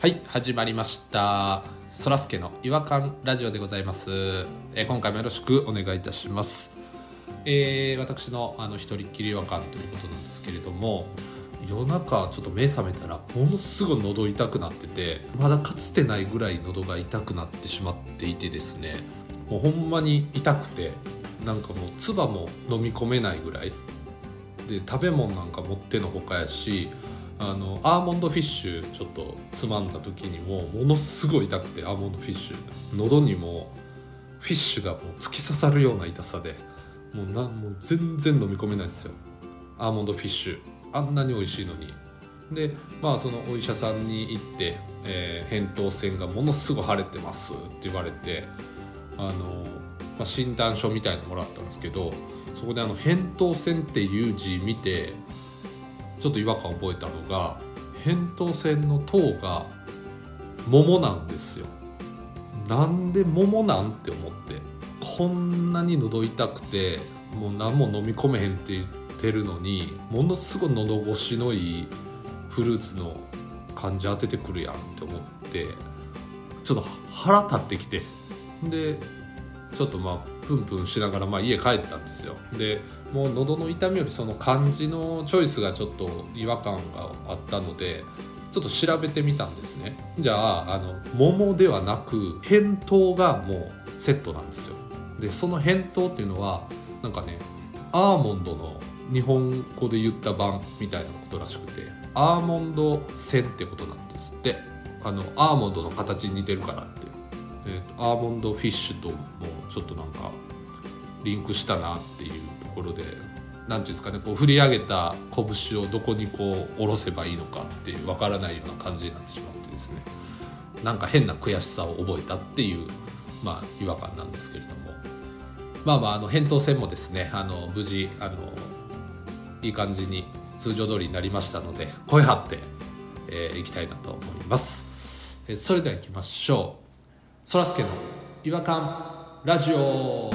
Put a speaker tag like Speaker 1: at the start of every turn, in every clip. Speaker 1: はい始まりましたそらすけの違和感ラジオでございます、えー今回もよろしくお願いいたしますえー私のあの一人っきり違和感ということなんですけれども夜中ちょっと目覚めたらものすごい喉痛くなっててまだかつてないぐらい喉が痛くなってしまっていてですねもうほんまに痛くてなんかもう唾も飲み込めないぐらいで食べ物なんか持ってのほかやしあのアーモンドフィッシュちょっとつまんだ時にもものすごい痛くてアーモンドフィッシュ喉にもフィッシュがもう突き刺さるような痛さでもうなもう全然飲み込めないんですよアーモンドフィッシュあんなに美味しいのにでまあそのお医者さんに行って「えー扁桃腺がものすごい腫れてます」って言われてあの、まあ、診断書みたいのもらったんですけどそこであの「扁桃腺」っていう字見てちょっと違和感覚えたのが扁桃腺の糖が桃なんですよなんで桃なんて思ってこんなに喉痛くてもう何も飲み込めへんって言ってるのにものすごい喉越しのいいフルーツの感じ当ててくるやんって思ってちょっと腹立ってきてでちょっとまあプンプンしながらまあ家帰ったんですよでもう喉の痛みよりその漢字のチョイスがちょっと違和感があったのでちょっと調べてみたんですねじゃああの桃ではなく扁桃がもうセットなんですよでその扁桃っていうのはなんかねアーモンドの日本語で言った版みたいなことらしくてアーモンド線ってことなんですってあのアーモンドの形に似てるからってえーとアーモンドフィッシュともちょっとなんかリンクしたなっていうところで何ていうんですかねこう振り上げた拳をどこにこう下ろせばいいのかっていうわからないような感じになってしまってですねなんか変な悔しさを覚えたっていう、まあ、違和感なんですけれどもまあまああの返答戦もですねあの無事あのいい感じに通常通りになりましたので声張って、えーいきたいなと思います。えーそれでは行きましょうそらすけの違和感ラジオ。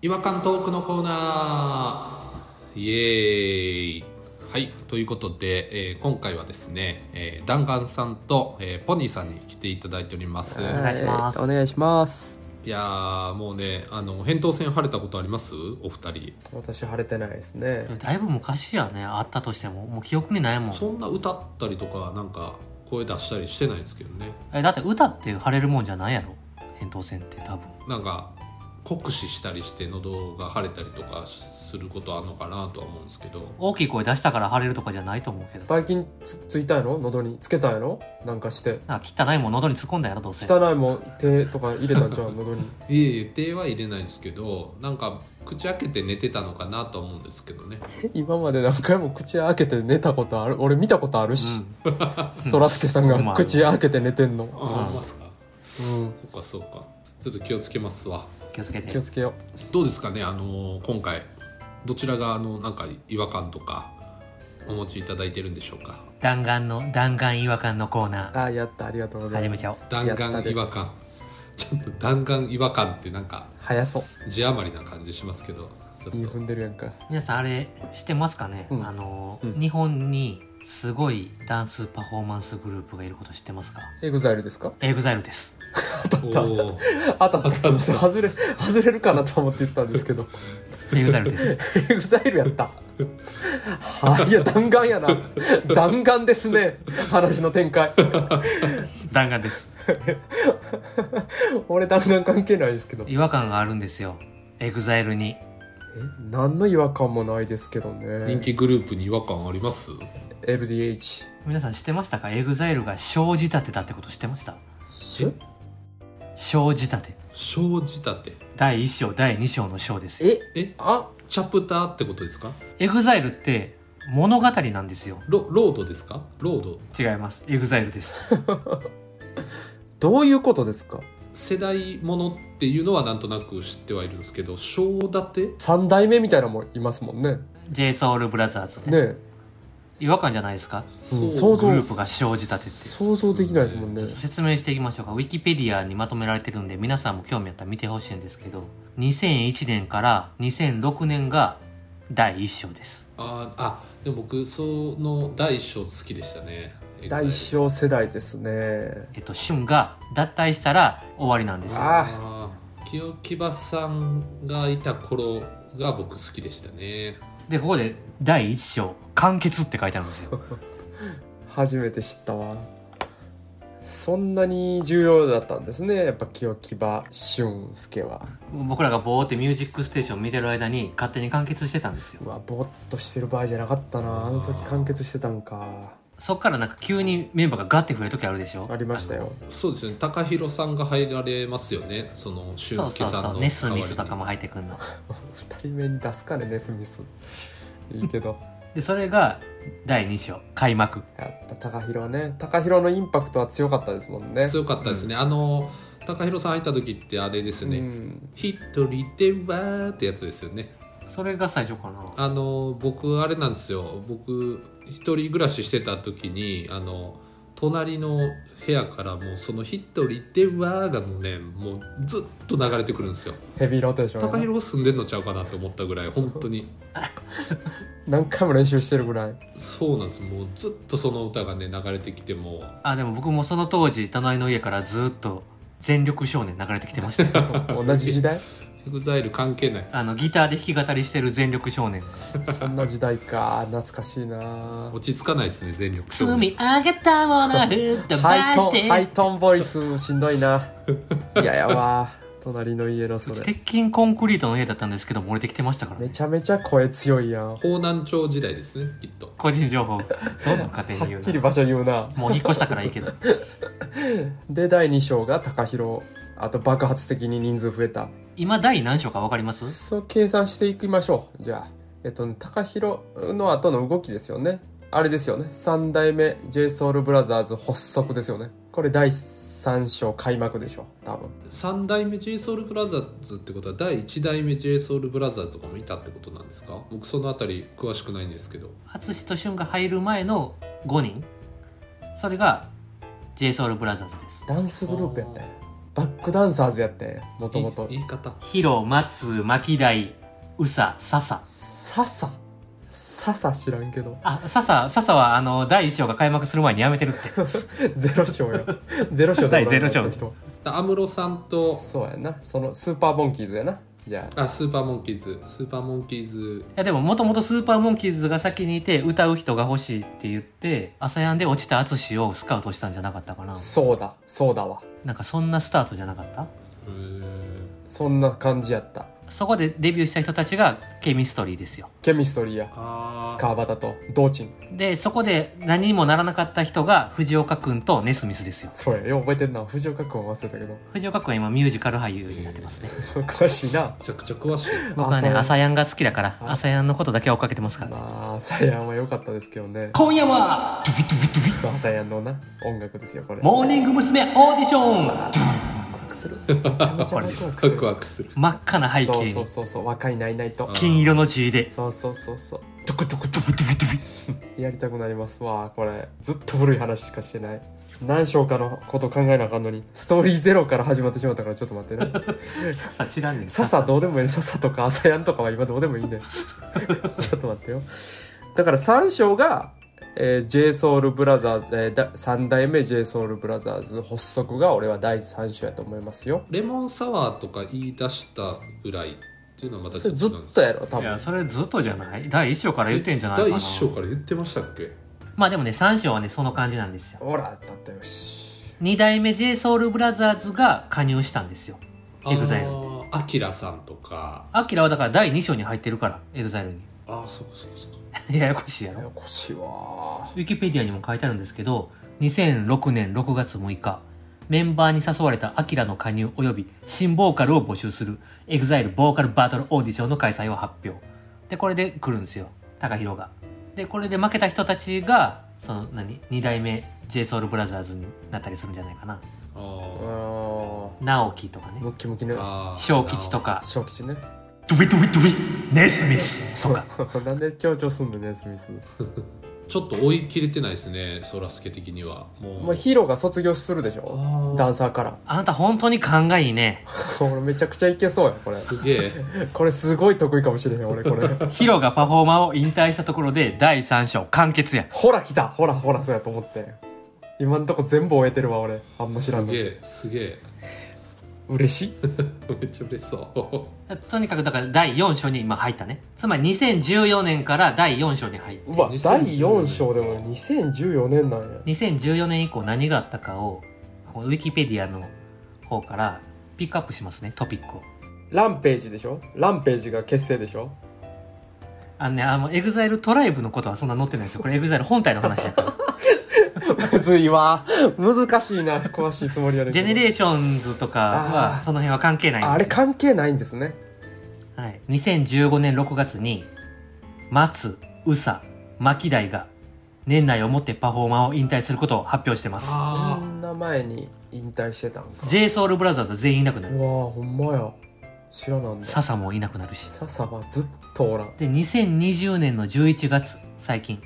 Speaker 1: 違和感トークのコーナー。イエーイ。はい、ということで、えー今回はですね、えー、弾丸さんと、えーポニーさんに来ていただいております。
Speaker 2: お願いします
Speaker 3: はいお願いします
Speaker 1: いやーもうねあの扁桃腺腫れたことありますお二人
Speaker 3: 私晴れてないですね
Speaker 2: だいぶ昔やねあったとしてももう記憶にないもん
Speaker 1: そんな歌ったりとかなんか声出したりしてないですけどね
Speaker 2: えだって歌って腫れるもんじゃないやろ扁桃腺って多分
Speaker 1: なんか酷使したりして喉が腫れたりとかすることあるのかなとは思うんですけど
Speaker 2: 大きい声出したから腫れるとかじゃないと思うけど
Speaker 3: ばい菌つついたんやろ喉につけたんやろなんかして
Speaker 2: なんか汚いもん喉に突っ込んだやろどうせ
Speaker 3: 汚いもん手とか入れたんじゃ ん喉に
Speaker 1: いえいえ手は入れないですけどなんか口開けて寝てたのかなとは思うんですけどね
Speaker 3: 今まで何回も口開けて寝たことある俺見たことあるし、 そらすけさん
Speaker 2: う
Speaker 3: が
Speaker 2: まい
Speaker 3: 口開けて寝てんの、
Speaker 1: ああ思いますか
Speaker 3: う
Speaker 1: そうかそうかちょっと気をつけますわ
Speaker 2: うん気をつけ
Speaker 3: ん、
Speaker 2: て
Speaker 3: 気をつけよ
Speaker 1: どうですかねあの今回どちらがあのなんか違和感とかお持ちいただいてるんでしょうか
Speaker 2: 弾丸の弾丸違和感のコー
Speaker 3: う
Speaker 2: ナ
Speaker 3: あやったありがとうございます
Speaker 2: 始め
Speaker 1: 弾
Speaker 3: やった
Speaker 1: 丸
Speaker 3: です
Speaker 1: 違和感ちょっと弾丸違和感ってなんか
Speaker 3: 早そう
Speaker 1: 字余りな感じしますけどちょ
Speaker 3: いい
Speaker 1: っと
Speaker 3: 踏んでるやんか
Speaker 2: ー皆さんあれ知ってますかね、
Speaker 3: うん
Speaker 2: あの、
Speaker 3: うん
Speaker 2: 日本にすごいダンスパフォーマンスグループがいること知ってますか
Speaker 3: エグザイルですか
Speaker 2: エグザイルです
Speaker 1: おー
Speaker 3: あたったすいません外れ外れるかなと思って言ったんですけど
Speaker 2: エグザイルです
Speaker 3: エグザイルやったはいいや弾丸やな弾丸ですね話の展開
Speaker 2: 弾丸です
Speaker 3: 俺弾丸関係ないですけどえ
Speaker 2: 違和感があるんですよエグザイルに
Speaker 3: 何の違和感もないですけどね
Speaker 1: 人気グループに違和感あります
Speaker 3: LDH
Speaker 2: 皆さん知ってましたかエグザイルが生じ立てたってこと知ってました
Speaker 1: え
Speaker 2: 生じ立て
Speaker 1: 生じたて
Speaker 2: 第1章第2章の章ですよ
Speaker 3: え
Speaker 1: え
Speaker 3: あ
Speaker 1: チャプターってことですか
Speaker 2: エグザイルって物語なんですよ
Speaker 1: ロロードですかロード
Speaker 2: 違いますエグザイルです
Speaker 3: どういうことですか
Speaker 1: 世代ものっていうのはなんとなく知ってはいるんですけど生立て
Speaker 3: 三代目みたいなのもいますもんね
Speaker 2: JSOULBROTHERS ね
Speaker 3: ね
Speaker 2: 違和感じゃないですか
Speaker 1: そう
Speaker 3: 想
Speaker 2: グ
Speaker 3: 像
Speaker 2: ループが生じ立てって
Speaker 3: 想像できないですもんね
Speaker 2: 説明していきましょうかウィキペディアにまとめられてるんで皆さんも興味あったら見てほしいんですけど2001年から2006年が第一章です
Speaker 1: あーあでも僕その第一章好きでしたね
Speaker 3: 第一章世代ですね
Speaker 2: えっと旬が脱退したら終わりなんですよ
Speaker 3: あ
Speaker 1: あー清木場さんがいた頃が僕好きでしたね
Speaker 2: でここで第一章完結って書いてあるんですよ
Speaker 3: 初めて知ったわそんなに重要だったんですねやっぱ清木場俊介は
Speaker 2: 僕らがぼーって「ミュージックステーション」見てる間に勝手に完結してたんですよ
Speaker 3: うわぼーっとしてる場合じゃなかったなあの時完結してたんか
Speaker 2: そっからなんか急にメンバーがガッて増える時あるでしょ
Speaker 3: ありましたよ
Speaker 1: そうですね高弘さんが入られますよねその俊
Speaker 2: そう
Speaker 1: 介
Speaker 2: そう
Speaker 1: さんの代
Speaker 2: そ
Speaker 1: わ
Speaker 2: う
Speaker 1: りに
Speaker 2: ネスミスとかも入ってくんの
Speaker 3: 2人目に出すかねネスミスいいけど
Speaker 2: でそれが第2章開幕
Speaker 3: やっぱ高弘ね高弘のインパクトは強かったですもんね
Speaker 1: 強かったですね、あの高弘さん入った時ってあれです
Speaker 3: う
Speaker 1: ね
Speaker 3: ん
Speaker 1: 「一人では」ってやつですよね
Speaker 2: それが最初かな
Speaker 1: あの僕あれなんですよ僕一人暮らししてた時にあの隣の部屋からもうその「一人では」がもうねもうずっと流れてくるんですよ
Speaker 3: ヘビーローテーションやな
Speaker 1: 高弘住んでんのちゃうかなって思ったぐらい本当に
Speaker 3: 何回も練習してるぐらい
Speaker 1: そうなんですもうずっとその歌がね流れてきても
Speaker 2: あでも僕もその当時隣の家からずっと全力少年流れてきてましたよ
Speaker 3: 同じ時代
Speaker 1: EXILE 関係ない
Speaker 2: あのギターで弾き語りしてる全力少年
Speaker 3: そんな時代か懐かしいな
Speaker 1: 落ち着かないですね全力
Speaker 2: 積み上げたもの吹っ飛
Speaker 3: ハ
Speaker 2: ば
Speaker 3: イ
Speaker 2: し
Speaker 3: トーンハイ
Speaker 2: て
Speaker 3: トーンボイスしんどいないややわ隣の家のそう
Speaker 2: ち
Speaker 3: れ
Speaker 2: 鉄筋コンクリートの家だったんですけど漏れてきてましたから
Speaker 3: め
Speaker 2: ね
Speaker 3: ちゃめちゃ声強いや んは
Speaker 1: 方南町時代ですねきっと
Speaker 2: 個人情報どんどん家庭に言
Speaker 3: っ
Speaker 2: う
Speaker 3: きり
Speaker 2: な
Speaker 3: 場所言うな
Speaker 2: もう引っ越したからいいけど
Speaker 3: で第2章が高広あと爆発的に人数増えた
Speaker 2: 今第何章か分かります
Speaker 3: そう計算していきましょうじゃあえっとね高広の後の動きですよねあれですよね三代目 JSOULBROTHERS 発足ですよねこれ第3章開幕でしょ多分
Speaker 1: 三代目 JSOULBROTHERS ってことは第一代目 JSOULBROTHERS とかもいたってことなんですか僕そのあたり詳しくないんですけど
Speaker 2: 淳と俊が入る前の5人それが JSOULBROTHERS です
Speaker 3: ダンスグループやったんやバックダンサーズやったんやもともと
Speaker 1: い言い方
Speaker 2: ヒロ松牧大宇佐笹
Speaker 3: ササササ知らんけど
Speaker 2: あ笹笹はあの第1章が開幕する前にやめてるって
Speaker 3: ゼロ章やゼロ章でご覧になった
Speaker 2: 第ゼ
Speaker 3: 人
Speaker 1: 安室さんと
Speaker 3: そうやなそのスーパーモンキーズやなじゃあ
Speaker 1: あスーパーモンキーズスーパーモンキーズ
Speaker 2: いやでももともとスーパーモンキーズが先にいて歌う人が欲しいって言って朝やんで落ちた淳をスカウトしたんじゃなかったかな
Speaker 3: そうだそうだわ
Speaker 2: なんかそんなスタートじゃなかった
Speaker 1: うー
Speaker 3: そんな感じやった
Speaker 2: そこでデビューした人たちがケミストリーですよ
Speaker 3: ケミストリーや
Speaker 1: あー
Speaker 3: 川端と道珍
Speaker 2: でそこで何にもならなかった人が藤岡君とネスミスですよ
Speaker 3: そうやよう覚えてんな藤岡君は忘れたけど
Speaker 2: 藤岡君は今ミュージカル俳優になってますね
Speaker 3: 詳しいな
Speaker 1: めちゃくちゃ詳しい
Speaker 2: 僕はね
Speaker 3: 朝
Speaker 2: 朝やんが好きだから
Speaker 3: あ
Speaker 2: 朝やんのことだけは追っかけてますからね
Speaker 3: まあサヤンは良かったですけどね
Speaker 2: 今夜は
Speaker 3: 朝やんのな音楽ですよこれ
Speaker 2: モーニング娘。オーディション
Speaker 3: ワクワクするめちゃめちゃワクワクす
Speaker 1: ワ
Speaker 3: る
Speaker 1: クワクする
Speaker 2: 真っ赤な背
Speaker 3: そう
Speaker 2: 景
Speaker 3: そ
Speaker 2: に
Speaker 3: うそうそう若いないないと
Speaker 1: あ
Speaker 2: 金色の G で
Speaker 3: そうそうそうそう
Speaker 2: トゥクトゥクトゥクトゥクトゥク
Speaker 3: やりたくなりますわこれずっと古い話しかしてない何章かのこと考えなあかんのにストーリーゼロから始まってしまったからちょっと待ってね
Speaker 2: ささ知らんねん
Speaker 3: ささどうでもいいねささとか朝やんとかは今どうでもい いねちょっと待ってよだから3章が、えー、JSOULBROTHERS、えーだ、3代目 JSOULBROTHERS 発足が俺は第3章やと思いますよ
Speaker 1: レモンサワーとか言い出したぐらいっていうのはまた
Speaker 3: それ
Speaker 1: 違
Speaker 3: ず
Speaker 1: うんで
Speaker 3: っ
Speaker 1: す
Speaker 3: と
Speaker 1: か
Speaker 3: やろ多
Speaker 2: いや
Speaker 3: 分
Speaker 2: それずっとじゃない第1章から言ってんじゃないかな
Speaker 1: 第一章から言ってましたっけ
Speaker 2: まあでもね3章はねその感じなんですよ
Speaker 3: ほらだったよし
Speaker 2: 2代目 JSOULBROTHERS が加入したんですよ EXILE
Speaker 1: あーアキラさんとか
Speaker 2: アキラはだから第2章に入ってるから EXILE
Speaker 1: ああそうかそうかそうか
Speaker 2: に ややこしいや
Speaker 3: やや
Speaker 2: ろ
Speaker 3: こしいわ
Speaker 2: ウィキペディアにも書いてあるんですけど2006年6月6日メンバーに誘われたアキラの加入及び新ボーカルを募集する EXILE ボーカルバトルオーディションの開催を発表でこれで来るんですよ TAKAHIRO がでこれで負けた人たちがその何2代目 JSOULBROTHERS になったりするんじゃないかな
Speaker 3: あ
Speaker 1: あ
Speaker 3: ー
Speaker 2: 直樹とかね
Speaker 3: ムッキムキね
Speaker 1: あー
Speaker 2: 小吉とか
Speaker 3: 小吉ね
Speaker 2: トゥビトゥビトゥビネスミスとか
Speaker 3: なんで強調すんのねスミス
Speaker 1: ちょっと追い切れてないですねそらすけ的にはもう、
Speaker 3: まあ、ヒーローが卒業するでし
Speaker 1: あ
Speaker 3: ょ
Speaker 1: ー
Speaker 3: ダンサーから
Speaker 2: あなた本当に勘がいいね。
Speaker 3: 俺めちゃくちゃいけそうやこれ
Speaker 1: すげえ
Speaker 3: これすごい得意かもしれへん俺 これ
Speaker 2: ヒロがパフォーマーを引退したところで第3章完結や。
Speaker 3: ほら来たほらほらそうやと思って今んとこ全部終えてるわ俺あんます知らんの
Speaker 1: げえすげえ
Speaker 3: 嬉 しい
Speaker 1: めっちゃ嬉しそう
Speaker 2: とにかくだから第4章に今入ったね。つまり2014年から第4章に入って。
Speaker 3: うわ
Speaker 1: 2014
Speaker 3: 第4章でも2014年なんや
Speaker 2: 2014年以降何があったかを、このウィキペディアの方からピックアップしますね、トピックを。
Speaker 3: ランページでしょランページが結成でしょ
Speaker 2: あのね、あの、エグザイルトライブのことはそんな載ってないですよ。これエグザイル本体の話や から。
Speaker 3: むずいわ難しいな詳しいつもりやねん
Speaker 2: ジ
Speaker 3: け
Speaker 2: ェ
Speaker 3: ど
Speaker 2: ネレーションズとかは
Speaker 3: あー
Speaker 2: その辺は関係ないんですよ
Speaker 3: あれ関係ないんですね
Speaker 2: はい、2015年6月に松宇佐牧大が年内をもってパフォーマーを引退することを発表してます
Speaker 3: そ
Speaker 1: あ
Speaker 3: んな前に引退してたんか
Speaker 2: j s o u l b r o t h e r 全員いなくな
Speaker 3: う
Speaker 2: る
Speaker 3: わほんまや知らなんだ
Speaker 2: 笹もいなくなるし
Speaker 3: ささはずっとおらん
Speaker 2: で2020年の11月最近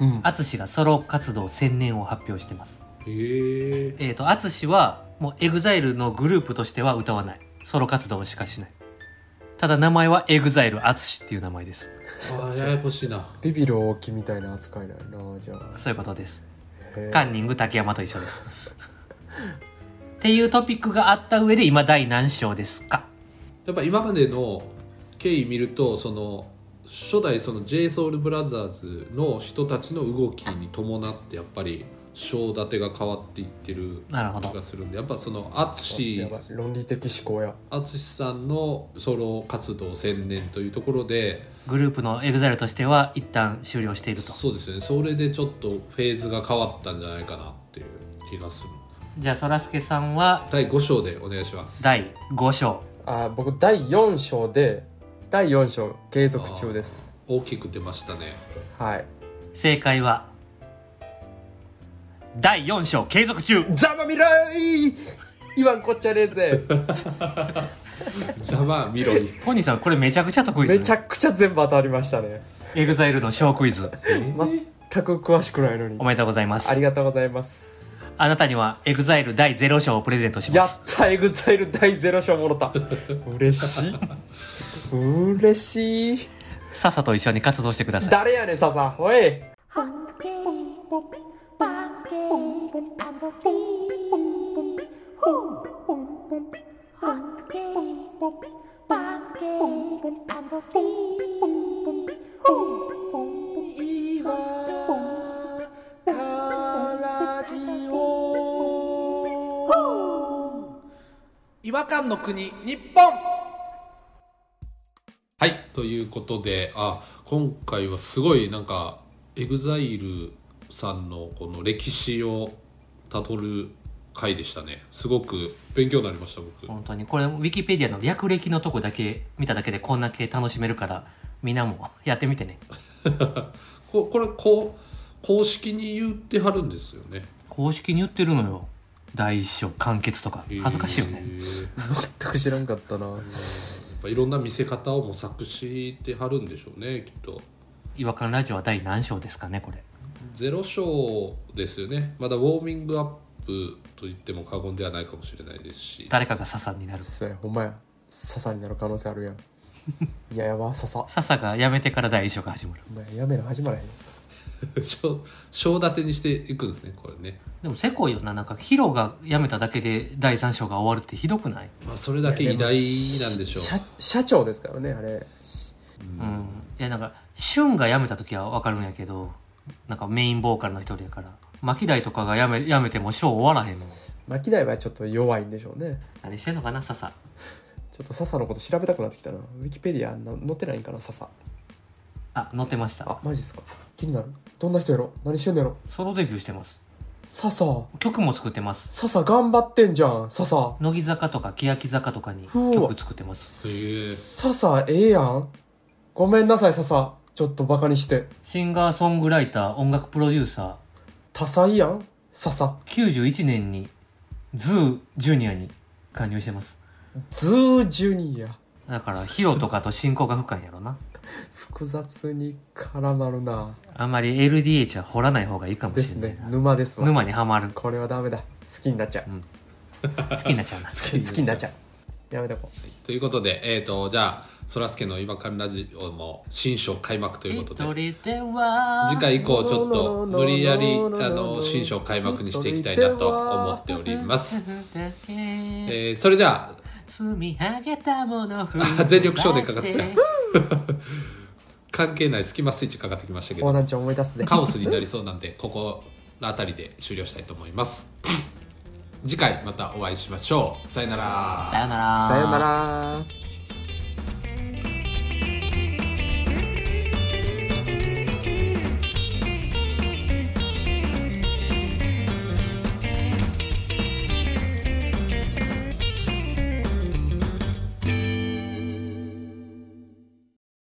Speaker 3: うん
Speaker 2: 淳がソロ活動専念を発表してます
Speaker 1: へえ
Speaker 2: えっ、ー、と淳はもう EXILE のグループとしては歌わないソロ活動しかしないただ名前は EXILE 淳っていう名前です
Speaker 1: あーややこしいな
Speaker 3: ビビる大きみたいな扱いだよなじゃあ
Speaker 2: そういうことです
Speaker 3: へ
Speaker 2: カ
Speaker 3: え
Speaker 2: ンニング竹山と一緒です。っていうトピックがあった上で今第何章ですか
Speaker 1: やっぱ今までの経緯見るとその初代その j s o u l b r o t h e r s の人たちの動きに伴ってやっぱり章立てが変わっていってる
Speaker 2: なるほ
Speaker 1: 気
Speaker 2: ど
Speaker 1: が。するんでやっぱその淳
Speaker 3: やばい論理的思考や
Speaker 1: 淳さんのソロ活動専念というところで
Speaker 2: グループのエグザイルとしては一旦終了していると。
Speaker 1: そうですねそれでちょっとフェーズが変わったんじゃないかなっていう気がする
Speaker 2: じゃあ、そらすけさんは
Speaker 1: 第5章でお願いします
Speaker 2: 第5章。
Speaker 3: あ僕第4章で第4章継続中です
Speaker 1: 大きく出ましたね
Speaker 3: はい
Speaker 2: 正解は、第4章継続中
Speaker 3: ざまみろい言わんこっちゃねえ ぜ
Speaker 1: ざまみろに
Speaker 2: ポニーさん、これめちゃくちゃ得意で
Speaker 3: めち
Speaker 2: す
Speaker 3: ゃ
Speaker 2: ね。
Speaker 3: くちゃ全部当たりましたね
Speaker 2: エグザイルの小クイズ。
Speaker 3: 全く詳しくないのに
Speaker 2: おめでとうございま
Speaker 3: あり
Speaker 2: す。
Speaker 3: がとうございます
Speaker 2: あなたにはエグザイル第0章をプレゼントしま
Speaker 3: やっ
Speaker 2: す。
Speaker 3: たエグザイル第0章もろ た嬉しい嬉しい
Speaker 2: さっさと一緒に活動してください。
Speaker 3: 誰やねん笹おい
Speaker 4: Hunky,
Speaker 5: 違和感の国日本
Speaker 1: はいということであ今回はすごいなんか EXILE さんのこの歴史をたどる回でしたねすごく勉強になりました僕
Speaker 2: 本当にこれウィキペディアの略歴のとこだけ見ただけでこんだけ楽しめるからみんなもやってみてね
Speaker 1: ここれこう公式に言ってはるんですよね
Speaker 2: 公式に言ってるのよ第一章完結とか恥ずかしいよ
Speaker 1: へ
Speaker 2: ね
Speaker 1: ーや
Speaker 3: 全く知らんかったな
Speaker 1: っぱいろんな見せ方を模索してはるんでしょうねきっと
Speaker 2: 違和感ラジオは第何章ですかねこれ
Speaker 1: ゼロ章ですよねまだウォーミングアップと言っても過言ではないかもしれないですし
Speaker 2: 誰かが笹になる
Speaker 3: そうやほんまや笹になる可能性あるやん いややば笹お
Speaker 2: 笹が辞めてから第一章が始まる
Speaker 3: 前やめな始まらへんよ
Speaker 1: 章章立てにしていくんですねこれね
Speaker 2: でもせこいよななんかヒロが辞めただけで第三章が終わるってひどくない
Speaker 1: まあ、それだけ偉大なんでしょ
Speaker 3: 社社長ですからねあれ
Speaker 2: うん、いやなんかシュンが辞めた時は分かるんやけどなんかメインボーカルの一人やから牧大とかが辞め辞めても章終わらへんの
Speaker 3: 巻台はちょっと弱いんでしょうね
Speaker 2: 何してんのかな笹
Speaker 3: ちょっと笹のこと調べたくなってきたなウィキペディアな載ってないんかな笹
Speaker 2: あ載ってました
Speaker 3: あマジですか気になるどんな人やろ何してんのやろ
Speaker 2: ソロデビューしてます
Speaker 3: 笹
Speaker 2: 曲も作ってます
Speaker 3: 笹頑張ってんじゃん笹
Speaker 2: 乃木坂とか欅坂とかに
Speaker 3: うわ
Speaker 2: 曲作ってます
Speaker 1: へえ
Speaker 3: 笹ええやんごめんなさい笹ちょっとバカにして
Speaker 2: シンガーソングライター音楽プロデューサ
Speaker 3: 多彩やん笹
Speaker 2: ー91年にズージュニアに加入してます
Speaker 3: ズージュニア
Speaker 2: だからヒロとかと親交が深いんやろな
Speaker 3: 複雑に絡まるな
Speaker 2: あんまり LDH は掘らない方がいいかも
Speaker 3: で
Speaker 2: し
Speaker 3: す
Speaker 2: れない
Speaker 3: ね
Speaker 2: な、
Speaker 3: 沼ですわ
Speaker 2: 沼には まる
Speaker 3: これはダメだ好きになっちゃう
Speaker 2: 好きになっちゃうな
Speaker 3: 好きになっちゃうやめとこう
Speaker 1: ということで、えー、とじゃあそらすけの「違和感ラジオ」も新章開幕ということで
Speaker 2: 一人では
Speaker 1: 次回以降ちょっと無理やりあの新章開幕にしていきたいなと思っております、えーそれでは
Speaker 2: 積み上げたもの
Speaker 1: あ 全力少年かかってた関係ないスキマスイッチかかってきましたけ
Speaker 3: コー
Speaker 1: ど
Speaker 3: ナンちゃん思い出すで
Speaker 1: カオスになりそうなん でここのあたりで終了したいと思います次回またお会いしましょうさよなら
Speaker 2: さよなら
Speaker 3: さよなら